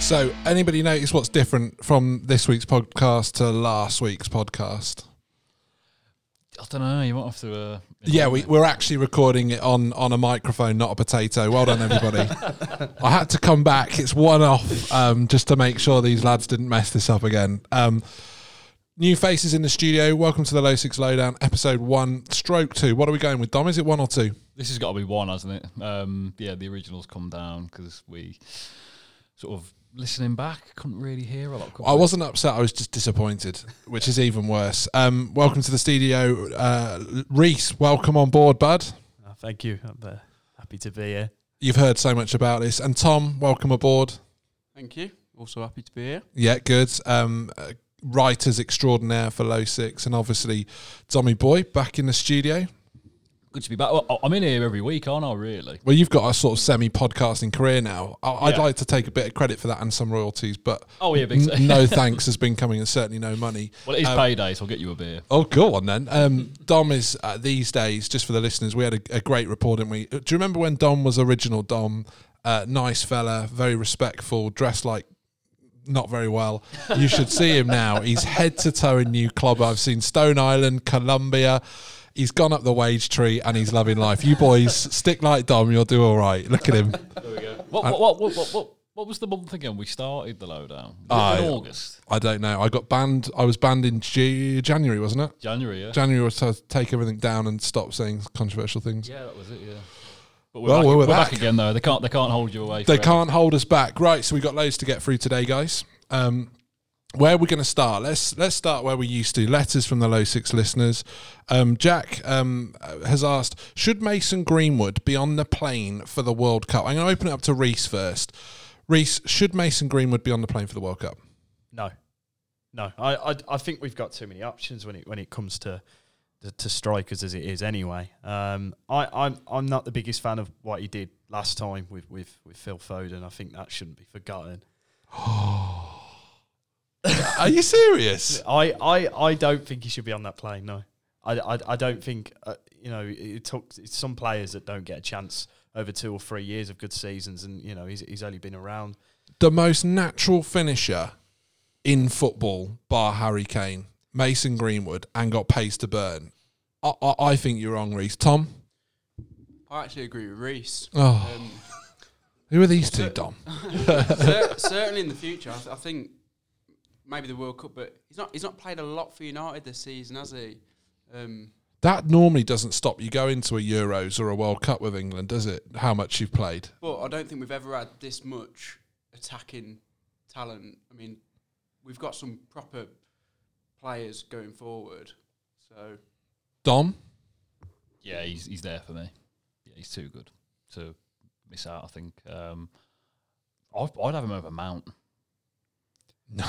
So, anybody notice what's different from this week's podcast to last week's podcast? I don't know. You might have to. Uh, Yeah, we, we're actually recording it on on a microphone, not a potato. Well done, everybody. I had to come back. It's one off um, just to make sure these lads didn't mess this up again. Um, new faces in the studio. Welcome to the Low Six Lowdown, episode one, stroke two. What are we going with, Dom? Is it one or two? This has got to be one, hasn't it? Um, yeah, the originals come down because we sort of listening back couldn't really hear a lot. could I we? wasn't upset. I was just disappointed, which is even worse. Um, welcome to the studio, uh, Reese. Welcome on board, bud. Oh, thank you. I'm uh, happy to be here. You've heard so much about this, and Tom, welcome aboard. Thank you. Also happy to be here. Yeah, good. Um, uh, writers extraordinaire for Low Six, and obviously Tommy Boy back in the studio. Good to be back. Well, I- I'm in here every week, aren't I? Really? Well, you've got a sort of semi-podcasting career now. I- I'd Yeah. like to take a bit of credit for that and some royalties, but Oh yeah, big. n- no thanks has been coming, and certainly no money. well, it is Um, payday, so I'll get you a beer. Oh, go on then. Um, Dom is uh, these days, just for the listeners, we had a, a great report, didn't we? Uh, Do you remember when Dom was original Dom? Uh, nice fella, very respectful, dressed like not very well. You should see him now. He's head to toe in new club. I've seen Stone Island, Columbia. He's gone up the wage tree and he's loving life. You boys, stick like Dom, you'll do all right. Look at him. What what, what, what, what, what, what was the month again? We started the lowdown Was it Ah, yeah. in August, I don't know. I got banned. I was banned in Ju- January, wasn't it? January. Yeah, January was to take everything down and stop saying controversial things. yeah, that was it. Yeah. But we're, Well, back, well, we're we're back back. again though. They can't. They can't hold you away. They forever. can't hold us back. Right, so we got loads to get through today, guys. Um, where we're going to start? Let's let's start where we used to. Letters from the low six listeners. Um, Jack um, has asked, should Mason Greenwood be on the plane for the World Cup? I'm going to open it up to Reese first. Reese, should Mason Greenwood be on the plane for the World Cup? No, no. I, I I think we've got too many options when it when it comes to to, to strikers as it is anyway. Um, I I'm I'm not the biggest fan of what he did last time with with with Phil Foden. I think that shouldn't be forgotten. Are you serious? I I I don't think he should be on that plane. No, I I, I don't think uh, you know it, it took it's some players that don't get a chance over two or three years of good seasons, and you know he's he's only been around. The most natural finisher in football, bar Harry Kane, Mason Greenwood, and got pace to burn. I, I, I think you're wrong, Reese. Tom. I actually agree with Reese. Oh. Um, Who are these two, Dom? cer- certainly in the future, I, th- I think maybe the World Cup, but he's not he's not played a lot for United this season, has he? Um, That normally doesn't stop you going to a Euros or a World Cup with England, does it? How much you've played? but I don't think we've ever had this much attacking talent. I mean, we've got some proper players going forward. So Dom? Yeah, he's he's there for me. Yeah, he's too good to miss out. I think. Um, I'd, I'd have him over Mount. No.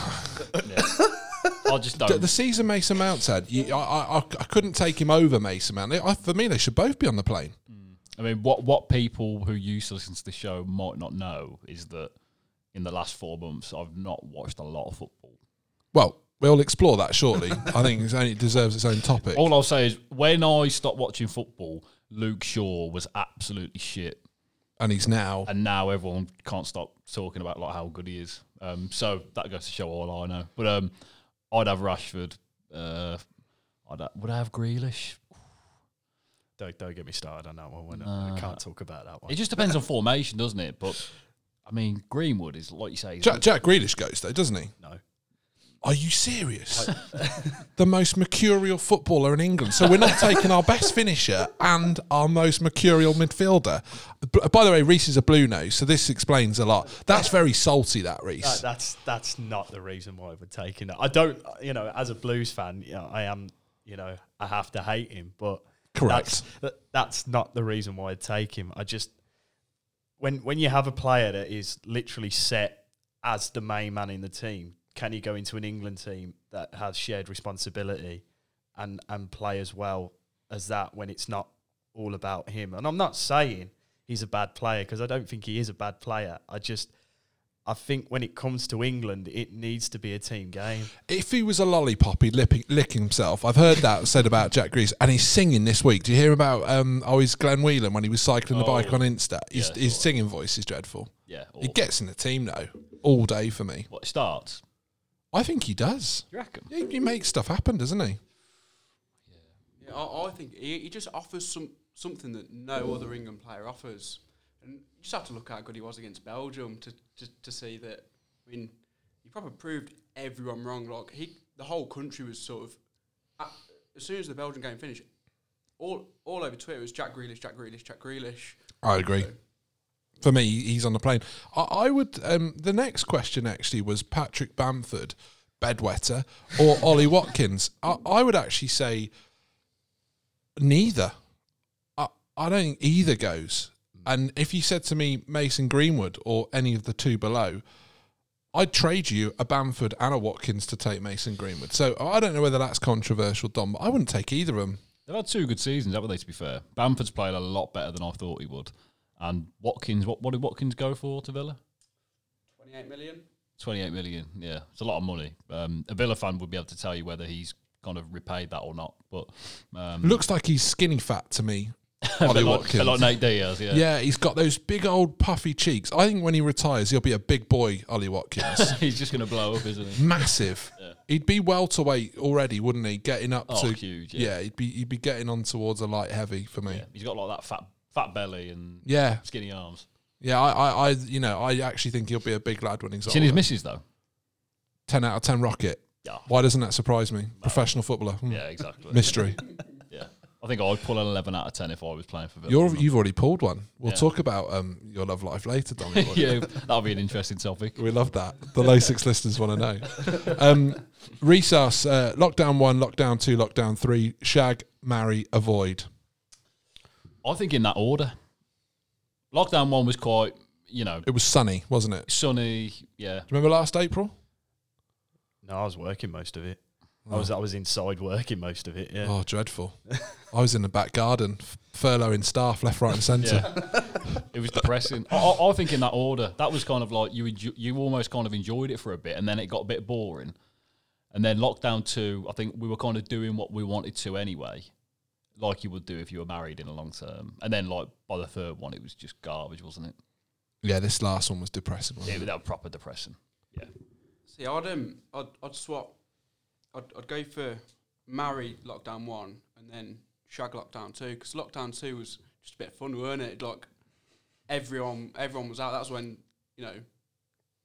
Yeah. I just The, don't. the season Mason Mount had, you, I, I, I I couldn't take him over Mason Mount. They- I, for me, they should both be on the plane. I mean, what what people who used to listen to the show might not know is that in the last four months, I've not watched a lot of football. Well, we'll explore that shortly. I think it's only, it deserves its own topic. All I'll say is, when I stopped watching football, Luke Shaw was absolutely shit, And he's now. and now everyone can't stop talking about like how good he is. Um, so that goes to show all I know. But um, I'd have Rashford. Uh, I'd ha- would I have Grealish? Don't don't get me started on that one. We're not- No. I can't talk about that one. It just depends on formation, doesn't it? But I mean, Greenwood is like you say. he's- Jack, Jack Grealish goes, though, doesn't he? no. Are you serious? the most mercurial footballer in England. So we're not taking our best finisher and our most mercurial midfielder. B- By the way, Reese is a blue nose, so this explains a lot. That's very salty, that That, Reese. that's that's not the reason why we're taking it. I don't, you know, as a Blues fan, you know, I am, you know, I have to hate him, but Correct. That's, that, that's not the reason why I take him. I just when when you have a player that is literally set as the main man in the team, can he go into an England team that has shared responsibility and and play as well as that when it's not all about him? And I'm not saying he's a bad player because I don't think he is a bad player. I just I think when it comes to England, it needs to be a team game. If he was a lollipop, he'd lipping, lick himself. I've heard that said about Jack Grease, and he's singing this week. Do you hear about, um, oh, he's Glenn Whelan when he was cycling the Oh. bike on Insta? His, Yeah, I his saw it. singing voice is dreadful. yeah, He awful. gets in the team, though. all day for me. What starts? I think he does. You reckon? He, he makes stuff happen, doesn't he? Yeah, I, I think he, he just offers some something that no other England player offers, and you just have to look how good he was against Belgium to to, to see that. I mean, he probably proved everyone wrong. Like he, the whole country was sort of at, as soon as the Belgium game finished, all all over Twitter was Jack Grealish, Jack Grealish, Jack Grealish. I agree. For me, he's on the plane. I, I would. Um, the next question actually was Patrick Bamford, bedwetter, or Ollie Watkins. I, I would actually say neither. I, I don't think either goes. And if you said to me Mason Greenwood or any of the two below, I'd trade you a Bamford and a Watkins to take Mason Greenwood. So I don't know whether that's controversial, Dom. But I wouldn't take either of them. They've had two good seasons, haven't they? To be fair, Bamford's played a lot better than I thought he would. And Watkins, what what did Watkins go for to Villa? Twenty-eight million. Twenty-eight million. Yeah, it's a lot of money. Um, a Villa fan would be able to tell you whether he's kind of repaid that or not. But um, Looks like he's skinny fat to me. Ollie a lot- Watkins. a lot Nate Diaz. Yeah, Yeah, he's got those big old puffy cheeks. I think when he retires, he'll be a big boy, Ollie Watkins. he's just going to blow up, isn't he? Massive. He'd be welterweight already, wouldn't he? Getting up Oh, to huge, yeah. he'd be he'd be getting on towards a light heavy for me. Yeah, he's got like that fat fat belly and Yeah, skinny arms. yeah. I, I, I, you know, I actually think he'll be a big lad when he's It's in his older. misses though. ten out of ten rocket. Yeah. Why doesn't that surprise me? Professional footballer. Hmm. Yeah, exactly. Mystery. Yeah, I think I'd pull an eleven out of ten if I was playing for Villa. You're, you've already pulled one. We'll Yeah. talk about um, your love life later, Dominic. yeah, that'll be an interesting topic. We love that. The LASIX listeners want to know. Um, Resus, uh, lockdown one, lockdown two, lockdown three, shag, marry, avoid. I think in that order. Lockdown one was quite, you know, It was sunny, wasn't it? sunny. Yeah, Do you remember last April? No, I was working most of it. I was I was inside working most of it. Yeah. Oh, dreadful. I was in the back garden, f- furloughing staff left, right, and centre. yeah. it was depressing. I, I, I think in that order, that was kind of like you enjo- you almost kind of enjoyed it for a bit, and then it got a bit boring. And then lockdown two, I think we were kind of doing what we wanted to anyway, like you would do if you were married in a long term. And then like by the third one, it was just garbage, wasn't it? Yeah, this last one was depressing. Wasn't Yeah, it? that was proper depressing. Yeah, See, I'd um, I'd, I'd swap. I'd, I'd go for marry lockdown one and then shag lockdown two because lockdown two was just a bit of fun, weren't it? Like everyone, everyone was out. That was when you know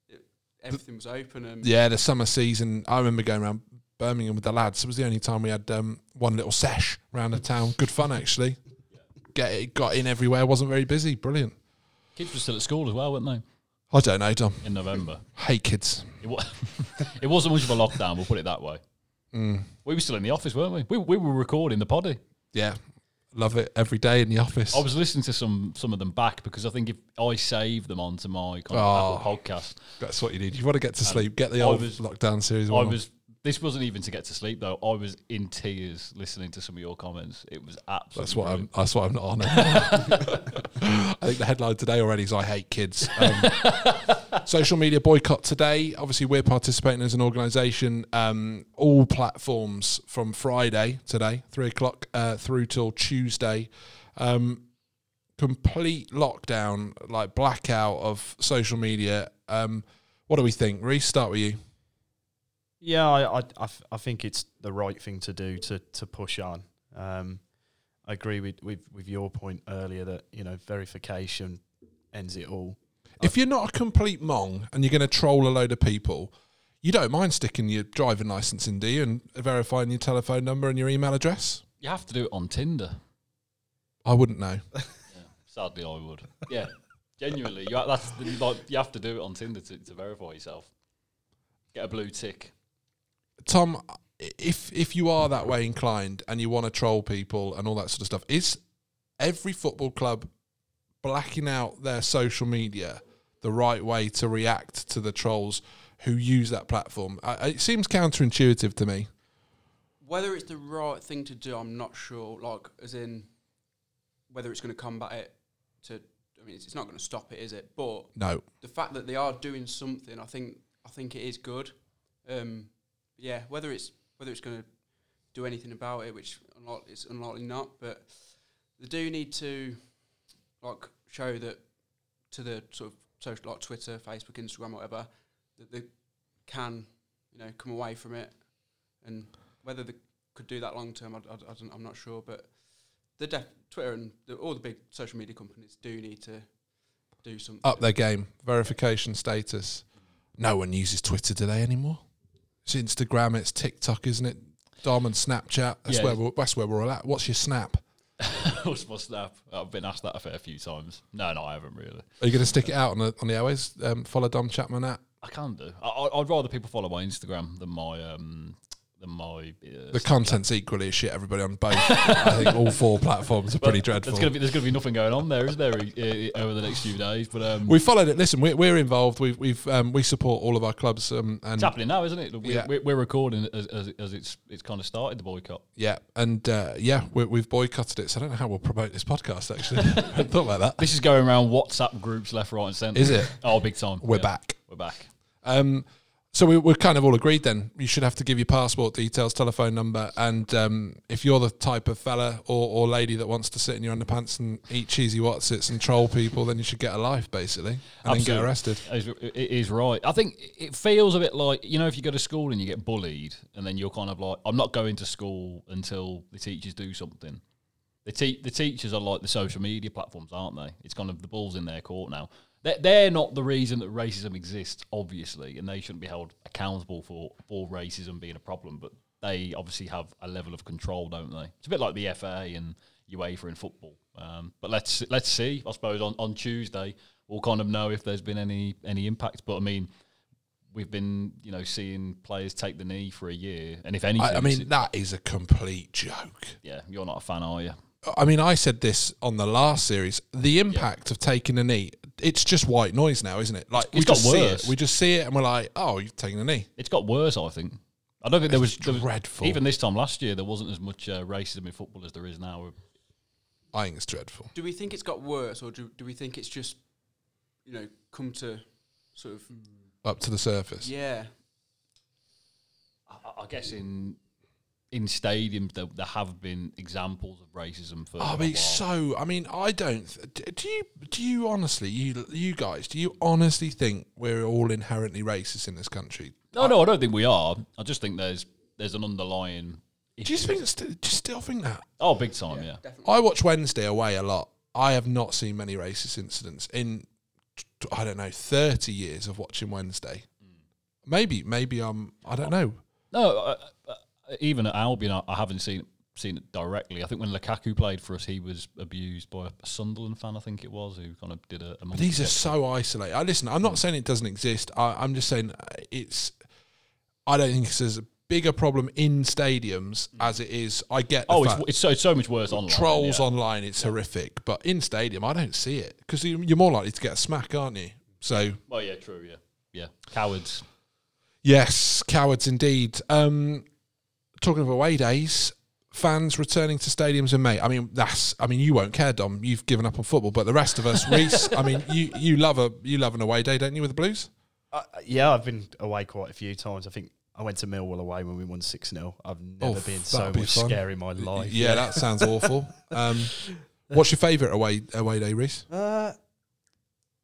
it, everything was open and Yeah, the summer season. I remember going around Birmingham with the lads. It was the only time we had um, one little sesh round the town. Good fun, actually. Get it, got in everywhere. wasn't very busy. Brilliant. kids were still at school as well, weren't I don't know, Dom. they? In November. Hate kids. It, wa- it wasn't much of a lockdown, we'll put it that way. We were still in the office, weren't we? We, we were recording the poddy. Yeah, love it every day in the office. I was listening to some some of them back because I think if I save them onto my kind Oh. of Apple podcast, That's what you need. You want to get to sleep. Get the I old was- lockdown series. I one on. was this wasn't even to get to sleep though. I was in tears listening to some of your comments. It was absolutely That's what I'm. brilliant. That's what I'm not on. I think the headline today already is "I hate kids." Um, social media boycott today. Obviously, we're participating as an organisation. Um, all platforms from Friday today, three o'clock uh, through till Tuesday. Um, complete lockdown, like blackout of social media. Um, what do we think? Reece, start with you. Yeah, I, I, I, f- I think it's the right thing to do to to push on. Um, I agree with, with with your point earlier that you know verification ends it all. If you're not a complete mong and you're going to troll a load of people, you don't mind sticking your driving license in, do you, and verifying your telephone number and your email address? You have to do it on Tinder. I wouldn't know. Sadly, I would. Yeah, genuinely, you ha- that's the- like you have to do it on Tinder to, to verify yourself. Get a blue tick. Tom, if if you are that way inclined and you want to troll people and all that sort of stuff, is every football club blacking out their social media the right way to react to the trolls who use that platform? I, I- it seems counterintuitive to me. whether it's the right thing to do, I'm not sure. Like, as in whether it's going to combat it. To I mean, it's, it's not going to stop it, is it? But No, the fact that they are doing something, I think I think it is good. Um, yeah, whether it's whether it's going to do anything about it, which unlike, it's unlikely not, but they do need to like show that to the sort of social like Twitter, Facebook, Instagram, whatever, that they can, you know, come away from it, and whether they could do that long term, I, I, I don't, I'm not sure. But the def- Twitter and the, all the big social media companies do need to do something. Up their game, verification status. No one uses Twitter today anymore. It's Instagram, it's TikTok, isn't it? Dom and Snapchat. That's Yeah. where we're, that's where we're all at. What's your snap? What's my snap? I've been asked that a fair few times. No, no, I haven't really. Are you going to stick it out on the on the airways? Um, follow Dom Chapman at I can do. I- I, I'd rather people follow my Instagram than my um than my. Uh, the content's equally as shit. Everybody on both. I think all four platforms are pretty dreadful. there's gonna be there's gonna be nothing going on there, is there? uh, over the next few days, but um, we followed it. Listen, we're, we're involved. We've, we've um, we support all of our clubs. Um, and it's happening now, isn't it? Look, We, Yeah. we're, we're recording as, as, as it's it's kind of started the boycott. yeah, and uh, yeah, we, we've boycotted it. So I don't know how we'll promote this podcast. Actually, I hadn't thought about that. This is going around WhatsApp groups left, right, and centre. Is it? Oh, big time. We're Yeah. back. We're back. Um, so we, we're kind of all agreed then. You should have to give your passport details, telephone number, and um, if you're the type of fella or, or lady that wants to sit in your underpants and eat cheesy watsits and troll people, then you should get a life basically, and then get Absolutely. arrested. Is- It is right. I think it feels a bit like you know if you go to school and you get bullied, and then you're kind of like, I'm not going to school until the teachers do something. The te- the teachers are like the social media platforms, aren't they? It's kind of the balls in their court now. They're, they're not the reason that racism exists, obviously, and they shouldn't be held accountable for for racism being a problem. But they obviously have a level of control, don't they? It's a bit like the FA and UEFA in football. Um, but let's let's see. I suppose on, on Tuesday we'll kind of know if there's been any any impact. But I mean, we've been you know seeing players take the knee for a year, and if anything, I, I mean, that is a complete joke. yeah, you're not a fan, are you? I mean, I said this on the last series. The impact of taking a knee, it's just white noise now, isn't it? Like we got just see it. worse. We just see it, and we're like, "Oh, you've taken a knee." It's got worse, I think. I don't think there was, It's there was dreadful. even this time last year. There wasn't as much uh, racism in football as there is now. I think it's dreadful. Do we think it's got worse, or do, do we think it's just, you know, come to sort of Mm. Up to the surface. yeah? I, I- I guess in in stadiums there, there have been examples of racism for. Oh, a but it's while. so. I mean, I don't. d- Do you? Do you honestly? You you guys? Do you honestly think we're all inherently racist in this country? no, no, I don't think we are. I just think there's there's an underlying. Do you think? st- Do you still think that? Oh, big time, yeah. I watch Wednesday away a lot. I have not seen many racist incidents in t- I don't know thirty years of watching Wednesday. Maybe, maybe I'm. I don't know. No, uh, uh, even at Albion, I, I haven't seen seen it directly. I think when Lukaku played for us, he was abused by a Sunderland fan. I think it was who kind of did a. a These are so isolated. I listen. I'm Mm. not saying it doesn't exist. I, I'm just saying uh, it's. I don't think it's as big a problem in stadiums as it is. I get. The Mm. Oh, it's, fact it's so it's so much worse online. trolls yeah. online. It's horrific, but in stadium, I don't see it because you're more likely to get a smack, aren't you? So Well, yeah, true, yeah, yeah. Cowards. Yes, cowards indeed. Um, talking of away days, fans returning to stadiums in May. I mean, that's. I mean, you won't care, Dom. You've given up on football, but the rest of us, Reese. I mean, you you love a you love an away day, don't you, with the Blues? Uh, yeah, I've been away quite a few times. I think I went to Millwall away when we won 6 0. I've never been so Oh, that'd be much fun. scare in my life. yeah, that sounds awful. Um, what's your favourite away away day, Reese? Uh,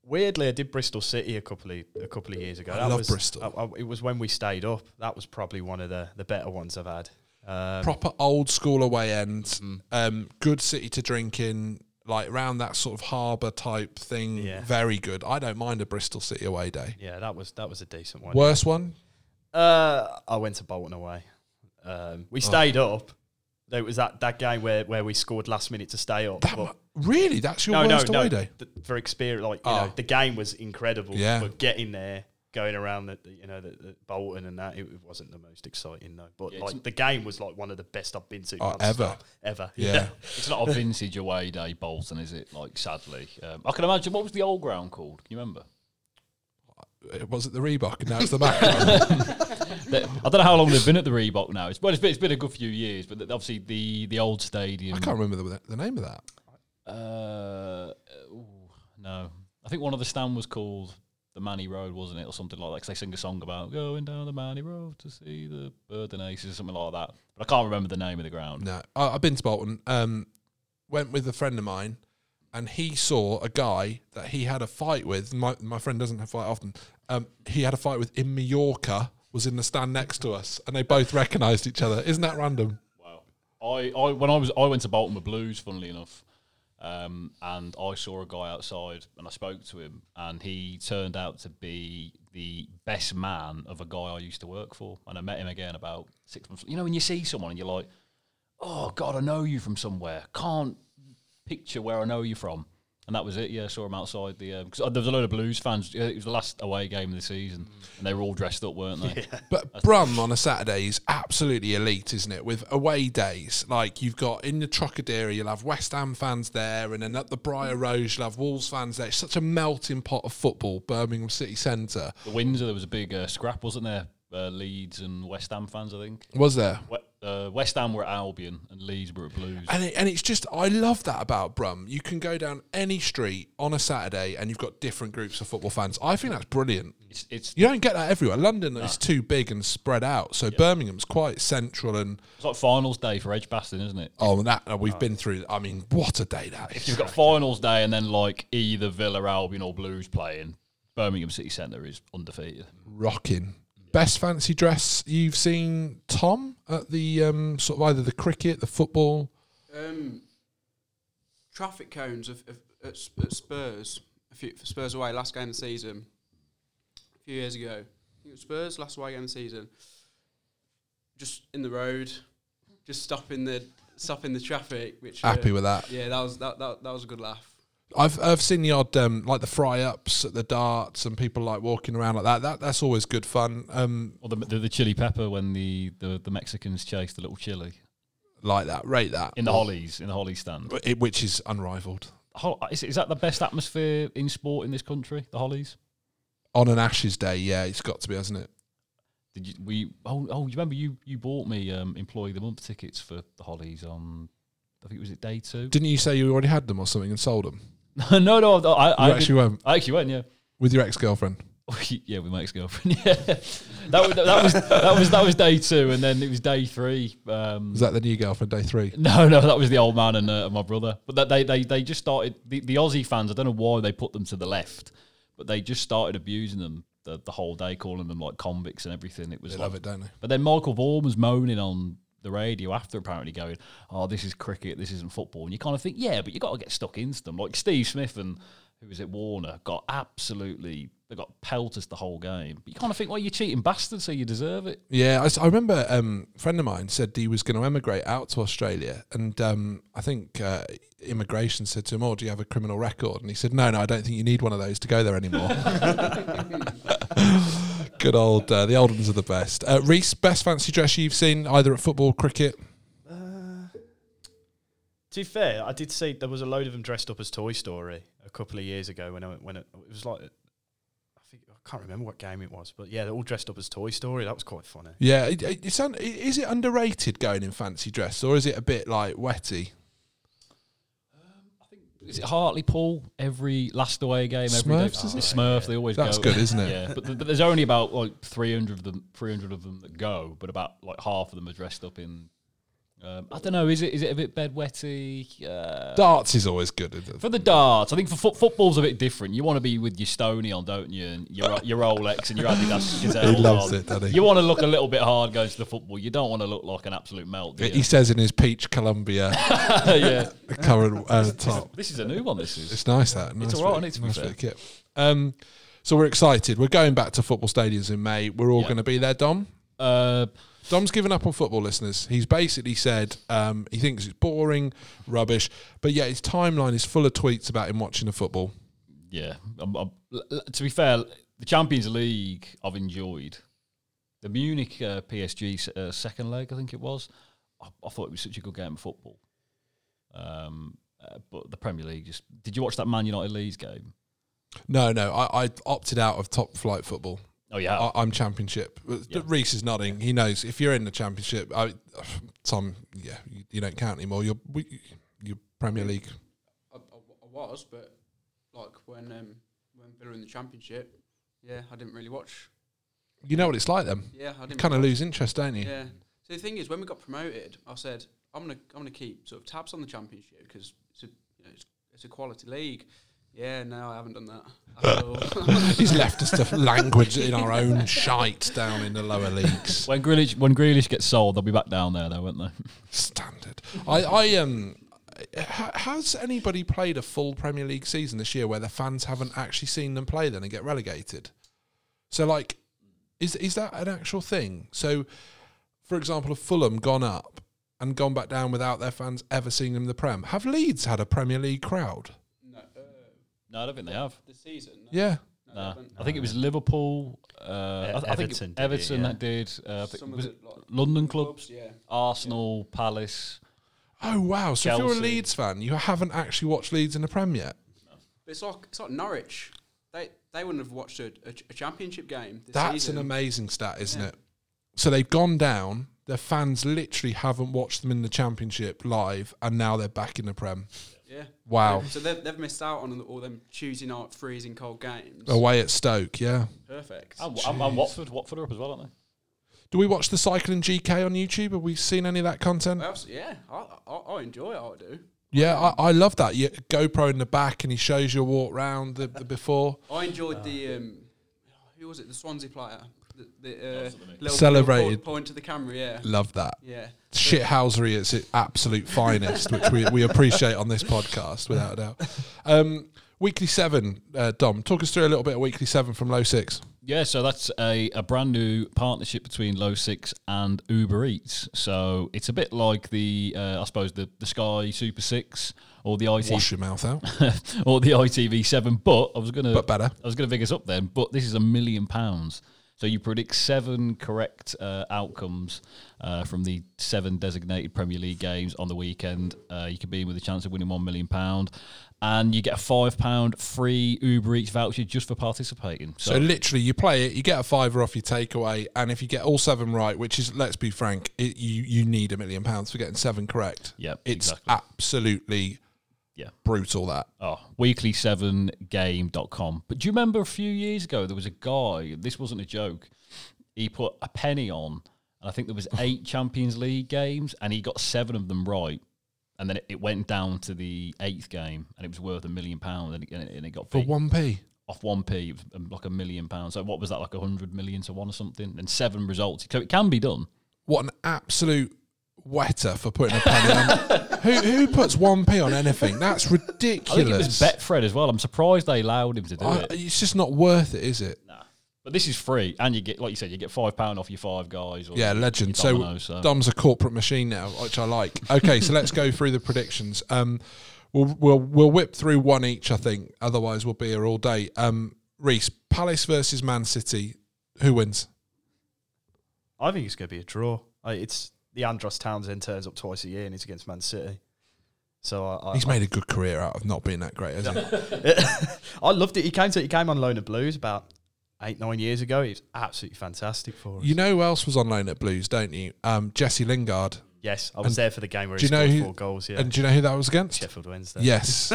weirdly, I did Bristol City a couple of a couple of years ago. I That love was, Bristol. I- I- it was when we stayed up. That was probably one of the, the better ones I've had. Um, Proper old school away end. Mm. Um, good city to drink in. Like round that sort of harbour type thing, Yeah. very good. I don't mind a Bristol City away day. yeah, that was that was a decent one. Worst one, Uh, I went to Bolton away. Um, Oh. we stayed up. It was that, that game where, where we scored last minute to stay up. That but- mu- really? That's your worst away day? th- for experience, like you Oh. know, the game was incredible. Yeah. but getting there, going around the, the- you know the, the Bolton and that, it, it wasn't the most exciting though. But Yeah, like the game was like one of the best I've been to Oh, non-stop, ever. Yeah. It's not a vintage away day, Bolton, is it? Like, sadly, um, I can imagine. What was the old ground called? Can you remember? It was at the Reebok, and now it's the Mac. The- I don't know how long they've been at the Reebok now. It's, well, it's been, it's been a good few years, but th- obviously the the old stadium. I can't remember the, the name of that. Uh, ooh, no, I think one of the stand was called the Manny Road, wasn't it, or something like that? 'cause they sing a song about going down the Manny Road to see the Bird and Aces, or something like that. But I can't remember the name of the ground. No, I, I've been to Bolton. Um, went with a friend of mine, and he saw a guy that he had a fight with. My my friend doesn't have fight often. Um, he had a fight with in Mallorca. Was in the stand next to us, and they both recognised each other. Isn't that random? Wow. I, I when I was I went to Bolton with Blues, funnily enough, um, and I saw a guy outside and I spoke to him, and he turned out to be the best man of a guy I used to work for, and I met him again about six months. You know, when you see someone and you're like, "Oh God, I know you from somewhere," can't picture where I know you from. And that was it. Yeah, I saw him outside the because there was a load of Blues fans. It was the last away game of the season, and they were all dressed up, weren't they? But Brum on a Saturday is absolutely elite, isn't it? With away days, like you've got in the Trocadero, you'll have West Ham fans there, and then at the Briar Rose, you'll have Wolves fans there. It's such a melting pot of football, Birmingham City Centre. The Windsor, there was a big uh, scrap, wasn't there? Uh, Leeds and West Ham fans, I think. Was there? We- uh, West Ham were at Albion and Leeds were at Blues. And, it, and it's just, I love that about Brum. You can go down any street on a Saturday and you've got different groups of football fans. I think that's brilliant. It's, it's, You don't get that everywhere. London is too big and spread out, so Birmingham's quite central and it's like finals day for Edgbaston, isn't it? oh, and that uh, we've been through. I mean, what a day that is! You've got finals day and then like either Villa, Albion, or Blues playing. Birmingham City Centre is undefeated. rocking. Best fancy dress you've seen, Tom, at the um, sort of either the cricket, the football. Um, traffic cones of, of, at, Sp- at Spurs, a few, for Spurs away last game of the season, a few years ago. I think it was Spurs last away game of the season. Just in the road, just stopping the stopping the traffic. Which uh, Happy with that. Yeah, that was that, that that was a good laugh. I've I've seen the odd um, like the fry ups at the darts and people like walking around like that. That that's always good fun. Um, Or the, the, the chili pepper when the, the, the Mexicans chased the little chili like that, rate that in the Hollies, in the Holly stand. It- which is unrivaled Ho- Is, is that the best atmosphere in sport in this country, the Hollies? on an Ashes day. Yeah, it's got to be, hasn't it? Did you, we oh oh you remember you you bought me um employee of the month tickets for the Hollies on I think it was it day two. Didn't you say you already had them or something and sold them no no no I I, You I, actually did- went. I actually went yeah with your ex girlfriend? yeah with my ex girlfriend yeah that was that was that was that was day two and then it was day three um Was that the new girlfriend day three? no, no, that was the old man and, uh, and my brother. But that they, they they just started the, the Aussie fans. I don't know why they put them to the left, but they just started abusing them the, the whole day, calling them like convicts and everything. It was They like, love it, don't they? but then Michael Vaughan was moaning on the radio after, apparently going, "Oh, this is cricket. This isn't football." And you kind of think, "Yeah, but you got to get stuck into them." Like Steve Smith and who was it, Warner, got absolutely they got pelters the whole game. But you kind of think, "Well, you're cheating bastards, so you deserve it." Yeah, I s- I, remember um, a friend of mine said he was going to emigrate out to Australia, and um, I think uh, immigration said to him, "Oh, do you have a criminal record?" And he said, "No, no, I don't think you need one of those to go there anymore." Good old, uh, the old ones are the best. Uh, Reese, best fancy dress you've seen either at football, cricket? To be fair, I did see there was a load of them dressed up as Toy Story a couple of years ago when I went- when it, it was like I think I can't remember what game it was, but yeah, they're all dressed up as Toy Story. That was quite funny. Yeah, it, it, it's un- i- is it underrated going in fancy dress, or is it a bit like wetty? Is it Hartley Paul every last away game? Every day? Smurfs, isn't It's Smurf. They always That's go. good, isn't it? Yeah, but, th- but there's only about like 300 of them. 300 of them that go, but about like half of them are dressed up in. Um, I don't know. Is it is it a bit bedwetty? Uh, Darts is always good. isn't it? for the darts, I think for foot football's a bit different. You want to be with your Stony on, don't you? And your your Rolex and your Adidas. Gazelles loves on. it, doesn't he? You want to look a little bit hard going to the football. You don't want to look like an absolute melt. Do He you? says in his peach Columbia yeah, current uh, top. this is a new one. This is. It's nice that. Nice all right, bit- isn't it, to be nice fair? bit of kit. Um, so we're excited. We're going back to football stadiums in May. We're all Yeah. going to be there, Dom. Uh, Dom's given up on football, listeners. He's basically said um, he thinks it's boring, rubbish, but yeah, his timeline is full of tweets about him watching the football. yeah. I'm, I'm- l- l- to be fair, the Champions League I've enjoyed. The Munich uh, PSG 's, uh, second leg, I think it was. I, I thought it was such a good game of football. Um, uh, but the Premier League just. Did you watch that Man United Leeds game? No, no, I, I opted out of top flight football. Oh yeah, I, I'm championship. Yeah. Reese is nodding. He knows if you're in the championship. I, Tom, yeah, you, you don't count anymore. You're we, you're Premier League. I, I, I was, but like when um, when Villa in the Championship, yeah, I didn't really watch. You know what it's like then. Yeah, I You didn't kind of really lose interest, don't you? watch. Yeah. So the thing is, when we got promoted, I said I'm gonna I'm gonna keep sort of tabs on the Championship because it's a, you know, it's it's a quality league. Yeah, no, I haven't done that at all. He's left us to language in our own shite down in the lower leagues. When Grealish when Grealish gets sold, they'll be back down there, though, won't they? Standard. I, I um. h- Has anybody played a full Premier League season this year where the fans haven't actually seen them play then and get relegated? So, like, is is that an actual thing? So, for example, have Fulham gone up and gone back down without their fans ever seeing them in the Prem? Have Leeds had a Premier League crowd? no, uh, No, I don't think they have. the season. No, Yeah. no, Nah. haven't. I think it was Liverpool. Uh, I, th- I think Everton Everton, did it, yeah. that did. Uh, I think- Some of was the, it like, London clubs, clubs. Yeah, Arsenal, Palace. Oh wow! So if you're a Chelsea. Leeds fan, you haven't actually watched Leeds in the Prem yet. but it's like it's like Norwich. They they wouldn't have watched a, a, ch- a championship game. This That's season. an amazing stat, isn't Yeah. it? So they've gone down. Their fans literally haven't watched them in the Championship live, and now they're back in the Prem. Yeah. Wow! So they've, they've missed out on all them Tuesday night freezing cold games. Away at Stoke, yeah. Perfect. Oh. And, and, and Watford, Watford are up as well, aren't they? Do we watch the cycling GK on YouTube? Have we seen any of that content? I also- yeah, I, I, I enjoy it. I do. Yeah, I, I love that. Yeah, GoPro in the back, and he shows you a walk round the, the before. I enjoyed the um, who was it? The Swansea player. The, the uh, little Celebrated. little point- point to the camera. Yeah, Love that. yeah. shithousery at its absolute finest, which we, we appreciate on this podcast without a doubt. Um, weekly seven, uh, Dom, talk us through a little bit of weekly seven from low six. Yeah, so that's a, a brand new partnership between Low Six and Uber Eats. So it's a bit like the, uh, I suppose, the, the Sky Super Six or the IT Wash your mouth out, or the ITV Seven. But I was gonna, but better. I was gonna figure this up then. But this is a million pounds. So you predict seven correct uh, outcomes uh, from the seven designated Premier League games on the weekend. Uh, you could be in with a chance of winning one million pound, and you get a five pound free Uber Eats voucher just for participating. So literally, you play it, you get a fiver off your takeaway, and if you get all seven right, which is, let's be frank, it, you you need a million pounds for getting seven correct. Yep, it's exactly. absolutely Yeah. brutal. That Oh, weekly7game.com. But do you remember a few years ago there was a guy, this wasn't a joke, he put a penny on and I think there was eight Champions League games and he got seven of them right. And then it, it went down to the eighth game and it was worth a million pounds and it, and it- and it got for beat one p. off 1p, it was um, like a million pounds. So what was that, like a 100 million to one or something? And seven results. So it can be done. What an absolute wetter for putting a penny on. Who, who puts 1p on anything? That's ridiculous. I think it was Betfred as well. I'm surprised they allowed him to do I, it. it's just not worth it, is it? Nah. But this is free, and you get, like you said, you get five pound off your five guys. Or Yeah, your- legend. your So, dominoes, so. Dom's a corporate machine now, which I like. Okay, so let's go through the predictions. Um, we'll, we'll we'll whip through one each, I think. Otherwise, we'll be here all day. Um, Reese, Palace versus Man City. Who wins? I think it's going to be a draw. I, it's the Andros Townsend turns up twice a year and it's against Man City. So I, I, He's made a good career out of not being that great, hasn't he? I loved it. He came to he came on loan at Blues about eight nine years ago. He was absolutely fantastic for us. You know who else was on loan at Blues, don't you? Um, Jesse Lingard. yes, I was and there for the game where do he you know scored who- four goals. Yeah, And do you know who that was against? Sheffield Wednesday. Yes.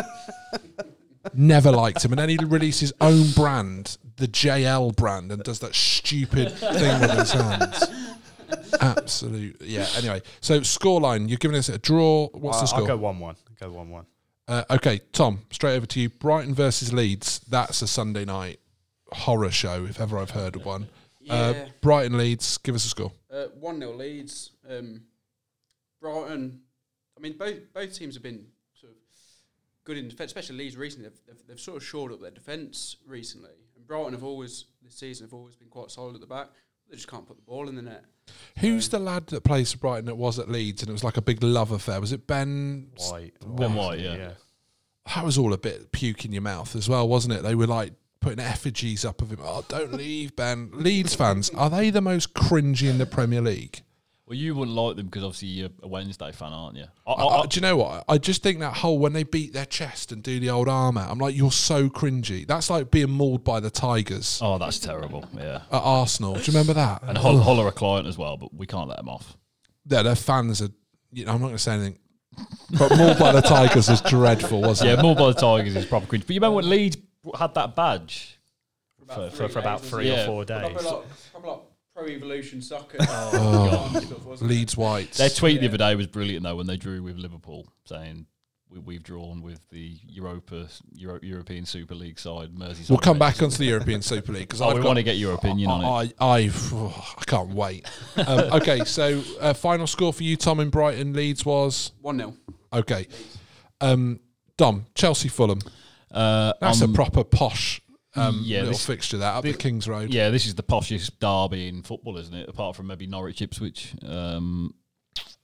Never liked him. And then he released his own brand, the JL brand, and does that stupid thing with his hands. Absolute. Yeah. Anyway, so scoreline, you're giving us a draw. What's the I, will score? Uh, go one one. Go one one. Uh, okay, Tom, straight over to you. Brighton versus Leeds. That's a Sunday night horror show, if ever I've heard of one. Uh, Yeah. Brighton Leeds, give us a score. Uh, One 0 leads. Um, Brighton. I mean, both both teams have been sort of good in defence, especially Leeds recently. They've, they've, they've sort of shored up their defence recently, and Brighton have always this season have always been quite solid at the back. They just can't put the ball in the net. Who's the lad that plays for Brighton that was at Leeds and it was like a big love affair? Was it Ben White. Ben White, yeah. that was all a bit puke in your mouth as well, wasn't it? They were like putting effigies up of him. Oh, don't leave, Ben. Leeds fans, are they the most cringy in the Premier League? well, you wouldn't like them because obviously you're a Wednesday fan, aren't you? I, I, I, I- do you know what? I just think that whole when they beat their chest and do the old arm out, I'm like, you're so cringy. That's like being mauled by the Tigers oh, that's terrible. Yeah, at Arsenal. Do you remember that? and hol- holler a client as well, but we can't let them off. yeah, their fans are. You know, I'm not going to say anything. But mauled by the Tigers is dreadful, wasn't it? Yeah, more by the Tigers is proper cringe. But you remember when Leeds had that badge? For, for, for about days, three Yeah. or four days. Probably like, probably like Pro Evolution Soccer. Oh, Stuff, wasn't it? Leeds Whites. Their tweet the other day was brilliant though when they drew with Liverpool, saying. "We- we, we've drawn with the Europa Euro, European Super League side. Merseyside. We'll come back Rangers. onto the European Super League because Oh, we want to get your opinion on it. I, I, I've- oh, I can't wait. Um, okay, so uh, final score for you, Tom, in Brighton Leeds was 1 0. okay. Um, Dom, Chelsea, Fulham. Uh, That's on- a proper posh um, Yeah, little this- fixture that up the, Kings Road. Yeah, this is the poshest derby in football, isn't it? Apart from maybe Norwich Ipswich. Um,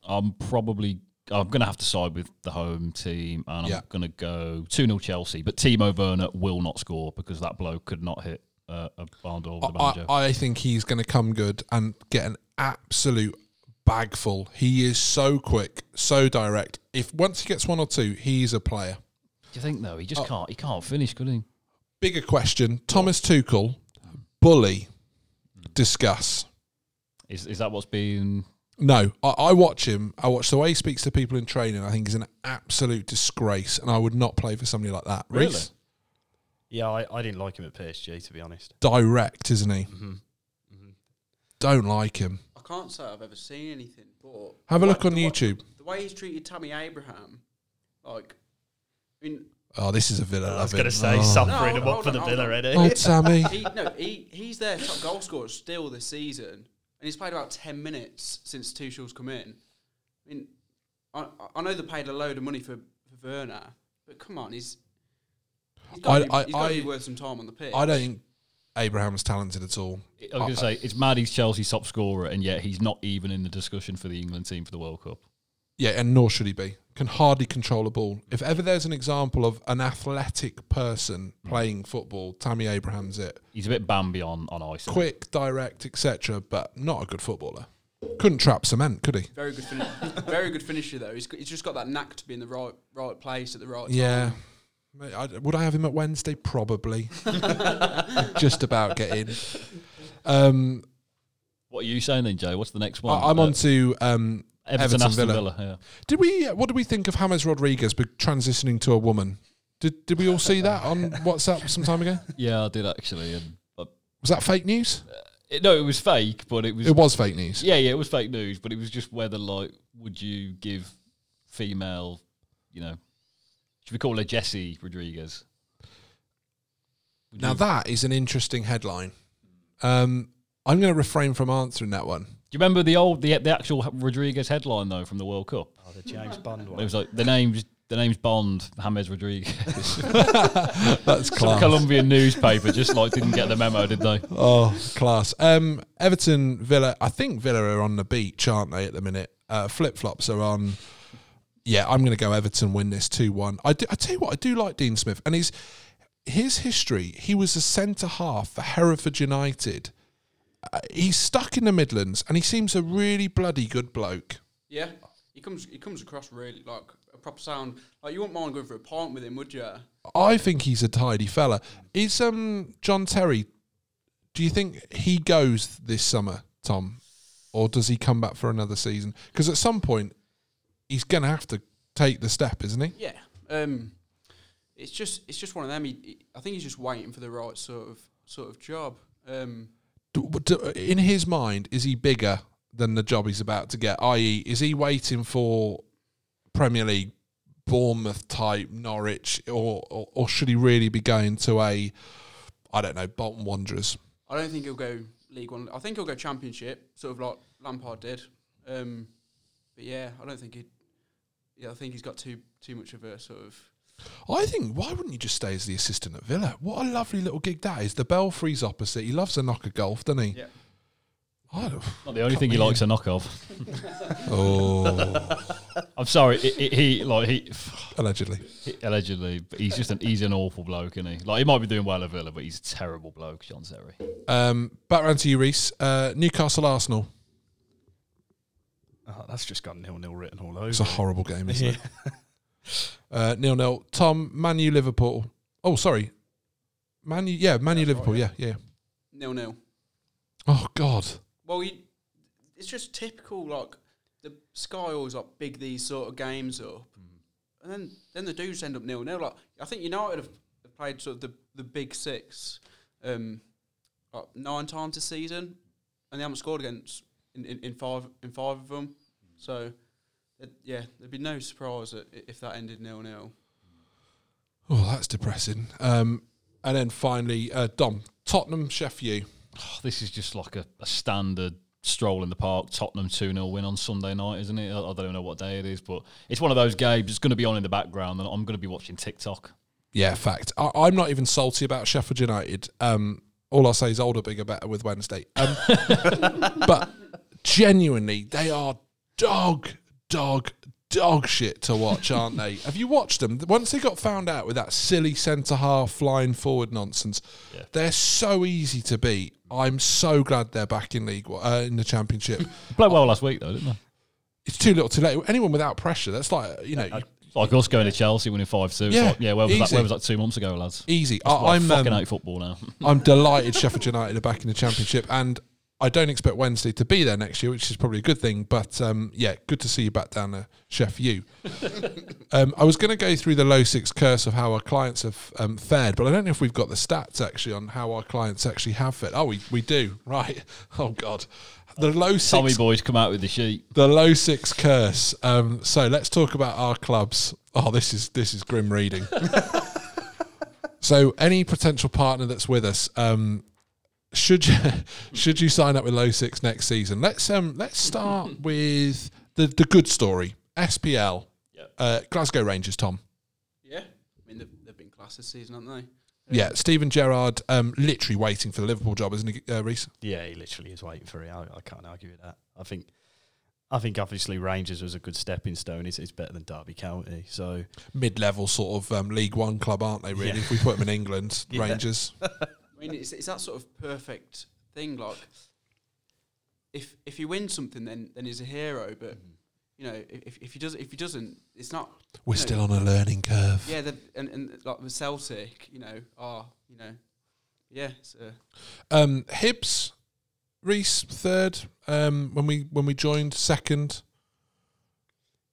I'm probably I'm going to have to side with the home team, and Yeah. I'm going to go two 0 Chelsea. But Timo Werner will not score because that bloke could not hit uh, a barn door with a I, banjo. I I think he's going to come good and get an absolute bagful. He is so quick, so direct. If once he gets one or two, he's a player. Do you think though? He Oh. just can't. He can't finish, could he? Bigger question: Thomas Tuchel, bully, discuss. Is is that what's been? No, I, I watch him. I watch the way he speaks to people in training. I think he's an absolute disgrace, and I would not play for somebody like that. Really? Reece? Yeah, I, I didn't like him at PSG to be honest. direct, isn't he? Mm-hmm. Don't like him. I can't say I've ever seen anything, but. Have a the look way- on the way- YouTube. The way he's treated Tammy Abraham, like. I mean, Oh, this is a Villa. I was love going to him. say oh. suffering No, him up hold for on, the hold Villa on. already. Oh, Tammy. he, no, he, he's their top goal scorer still this season, and he's played about 10 minutes since Tuchel's come in. I mean, I, I know they paid a load of money for, for Werner, but come on, he's, he's got I- to be, I- he's gotta be I- worth some time on the pitch. I don't think Abraham's talented at all. I was going to say it's mad he's Chelsea's top scorer, and yet he's not even in the discussion for the England team for the World Cup. Yeah, and nor should he be. Can hardly control a ball. If ever there's an example of an athletic person playing football, Tammy Abraham's it. He's a bit Bambi on on ice. isn't he? Quick, direct, etc., but not a good footballer. Couldn't trap cement, could he? Very good, finish, very good finisher though. He's, g- he's just got that knack to be in the right right place at the right Yeah. time. Mate, I, would I have him at Wednesday? Probably. Just about get in. Um, What are you saying then, Joe? What's the next one? I, I'm Uh, on to um, Everton, Everton Aston Villa. Villa. yeah. Did we? uh, What do we think of James Rodriguez be- transitioning to a woman? Did Did we all see that on WhatsApp some time ago? Yeah, I did actually. And, but Was that fake news? it, no, it was fake, but it was, It was fake news. yeah, yeah, it was fake news, but it was just whether like would you give female, you know, should we call her Jessie Rodriguez? Would Now you- that is an interesting headline. Um, I'm going to refrain from answering that one. do you remember the old the the actual Rodriguez headline though from the World Cup? Oh, the James Bond It was like the names. The name's Bond, James Rodriguez. That's Some class. Colombian newspaper just like didn't get the memo, did they? Oh, class. Um, Everton, Villa. I think Villa are on the beach, aren't they, at the minute? Uh, Flip flops are on. Yeah, I'm going to go Everton win this 2 1. I, do- I tell you what, I do like Dean Smith. And his, his history, he was a centre half for Hereford United. Uh, he's stuck in the Midlands and he seems a really bloody good bloke. Yeah, he comes he comes across really like a proper sound. Like you wouldn't mind going for a pint with him, would you? I think he's a tidy fella. Is um John Terry? Do you think he goes this summer, Tom, or does he come back for another season? Because at some point, he's going to have to take the step, isn't he? Yeah. Um, it's just it's just one of them. He, he- I think he's just waiting for the right sort of sort of job. Um, Do, do, in his mind, is he bigger than the job he's about to get? I.e., is he waiting for Premier League, Bournemouth type, Norwich, or or, or should he really be going to a, I don't know, Bolton Wanderers? I don't think he'll go League One. I think he'll go Championship, sort of like Lampard did. Um, but yeah, I don't think he. Yeah, I think he's got too too much of a sort of. I think why wouldn't you just stay as the assistant at Villa? What a lovely little gig that is. The Belfries opposite. He loves a knock of golf, doesn't he? Yeah. I don't, Not the only thing he likes a knock of. oh, I'm sorry, it, it, he like he allegedly. Allegedly, but he's just an he's an awful bloke, isn't he? Like he might be doing well at Villa, but he's a terrible bloke, John Terry. Oh, Um, back round to you, Reese. Uh, Newcastle Arsenal. Oh, that's just got nil nil written all over. It's a horrible game, isn't Yeah. it? Uh, nil nil. Tom Manu Liverpool. Oh, sorry. Manu. Yeah, Manu Liverpool. yeah, yeah. Nil nil. Oh God. Well, you, it's just typical. Like the Sky always like big these sort of games up, and then then the dudes end up nil nil. Like I think United have, have played sort of the the big six, um, like nine times this season, and they haven't scored against in, in, in five in five of them. So Uh, yeah, there'd be no surprise that i- if that ended nil nil. Oh, that's depressing. Um, and then finally, uh, Dom, Tottenham, Chef U. Oh, this is just like a, a standard stroll in the park. Tottenham 2 0 win on Sunday night, isn't it? I, I don't know what day it is, but it's one of those games. It's going to be on in the background, and I'm going to be watching TikTok. Yeah, fact. I, I'm not even salty about Sheffield United. Um, all I'll say is older, bigger, better with Wednesday. Um, but genuinely, they are dog, dog, dog shit to watch, aren't they? Have you watched them? Once they got found out with that silly centre half flying forward nonsense, Yeah. they're so easy to beat. I'm so glad they're back in league, One- uh, in the championship. Played well last week, though, didn't they? it's too little, too late. Anyone without pressure, that's like you know, It's Like us going to Chelsea winning 5 2. Yeah, Yeah, like, yeah where, was that, easy. where was that two months ago, lads? easy. Well, I, I I'm fucking um, hate football now. I'm delighted Sheffield United are back in the Championship, and I don't expect Wednesday to be there next year, which is probably a good thing. But um, yeah, good to see you back down there, Chef. You. um, I was going to go through the low six curse of how our clients have um, fared, but I don't know if we've got the stats actually on how our clients actually have fared. Oh, we, we do, right? Oh God, the low six Tommy boys come out with the sheet. the low six curse. Um, so let's talk about our clubs. Oh, this is this is grim reading. so any potential partner that's with us, um, should you should you sign up with low six next season? Let's um let's start with the the good story. SPL, Yep. uh, Glasgow Rangers. Tom. Yeah, I mean they've, they've been class this season, haven't they? Yeah, Stephen Gerrard, um, literally waiting for the Liverpool job, isn't he, uh, Reese? Yeah, he literally is waiting for it. I, I can't argue with that. I think, I think obviously Rangers was a good stepping stone. It's, it's better than Derby County. So Mid-level sort of um, League One club, aren't they? Really, Yeah. if we put them in England, Yeah. Rangers. I mean it's, it's that sort of perfect thing. Like if if he wins something, then then he's a hero. But Mm-hmm. you know if if he does if he doesn't, it's not. We're No. still on a learning curve. Yeah, the, and and like with Celtic, you know, are you know, yeah, it's uh, a Um, Hibbs, Reese third. Um, when we when we joined second,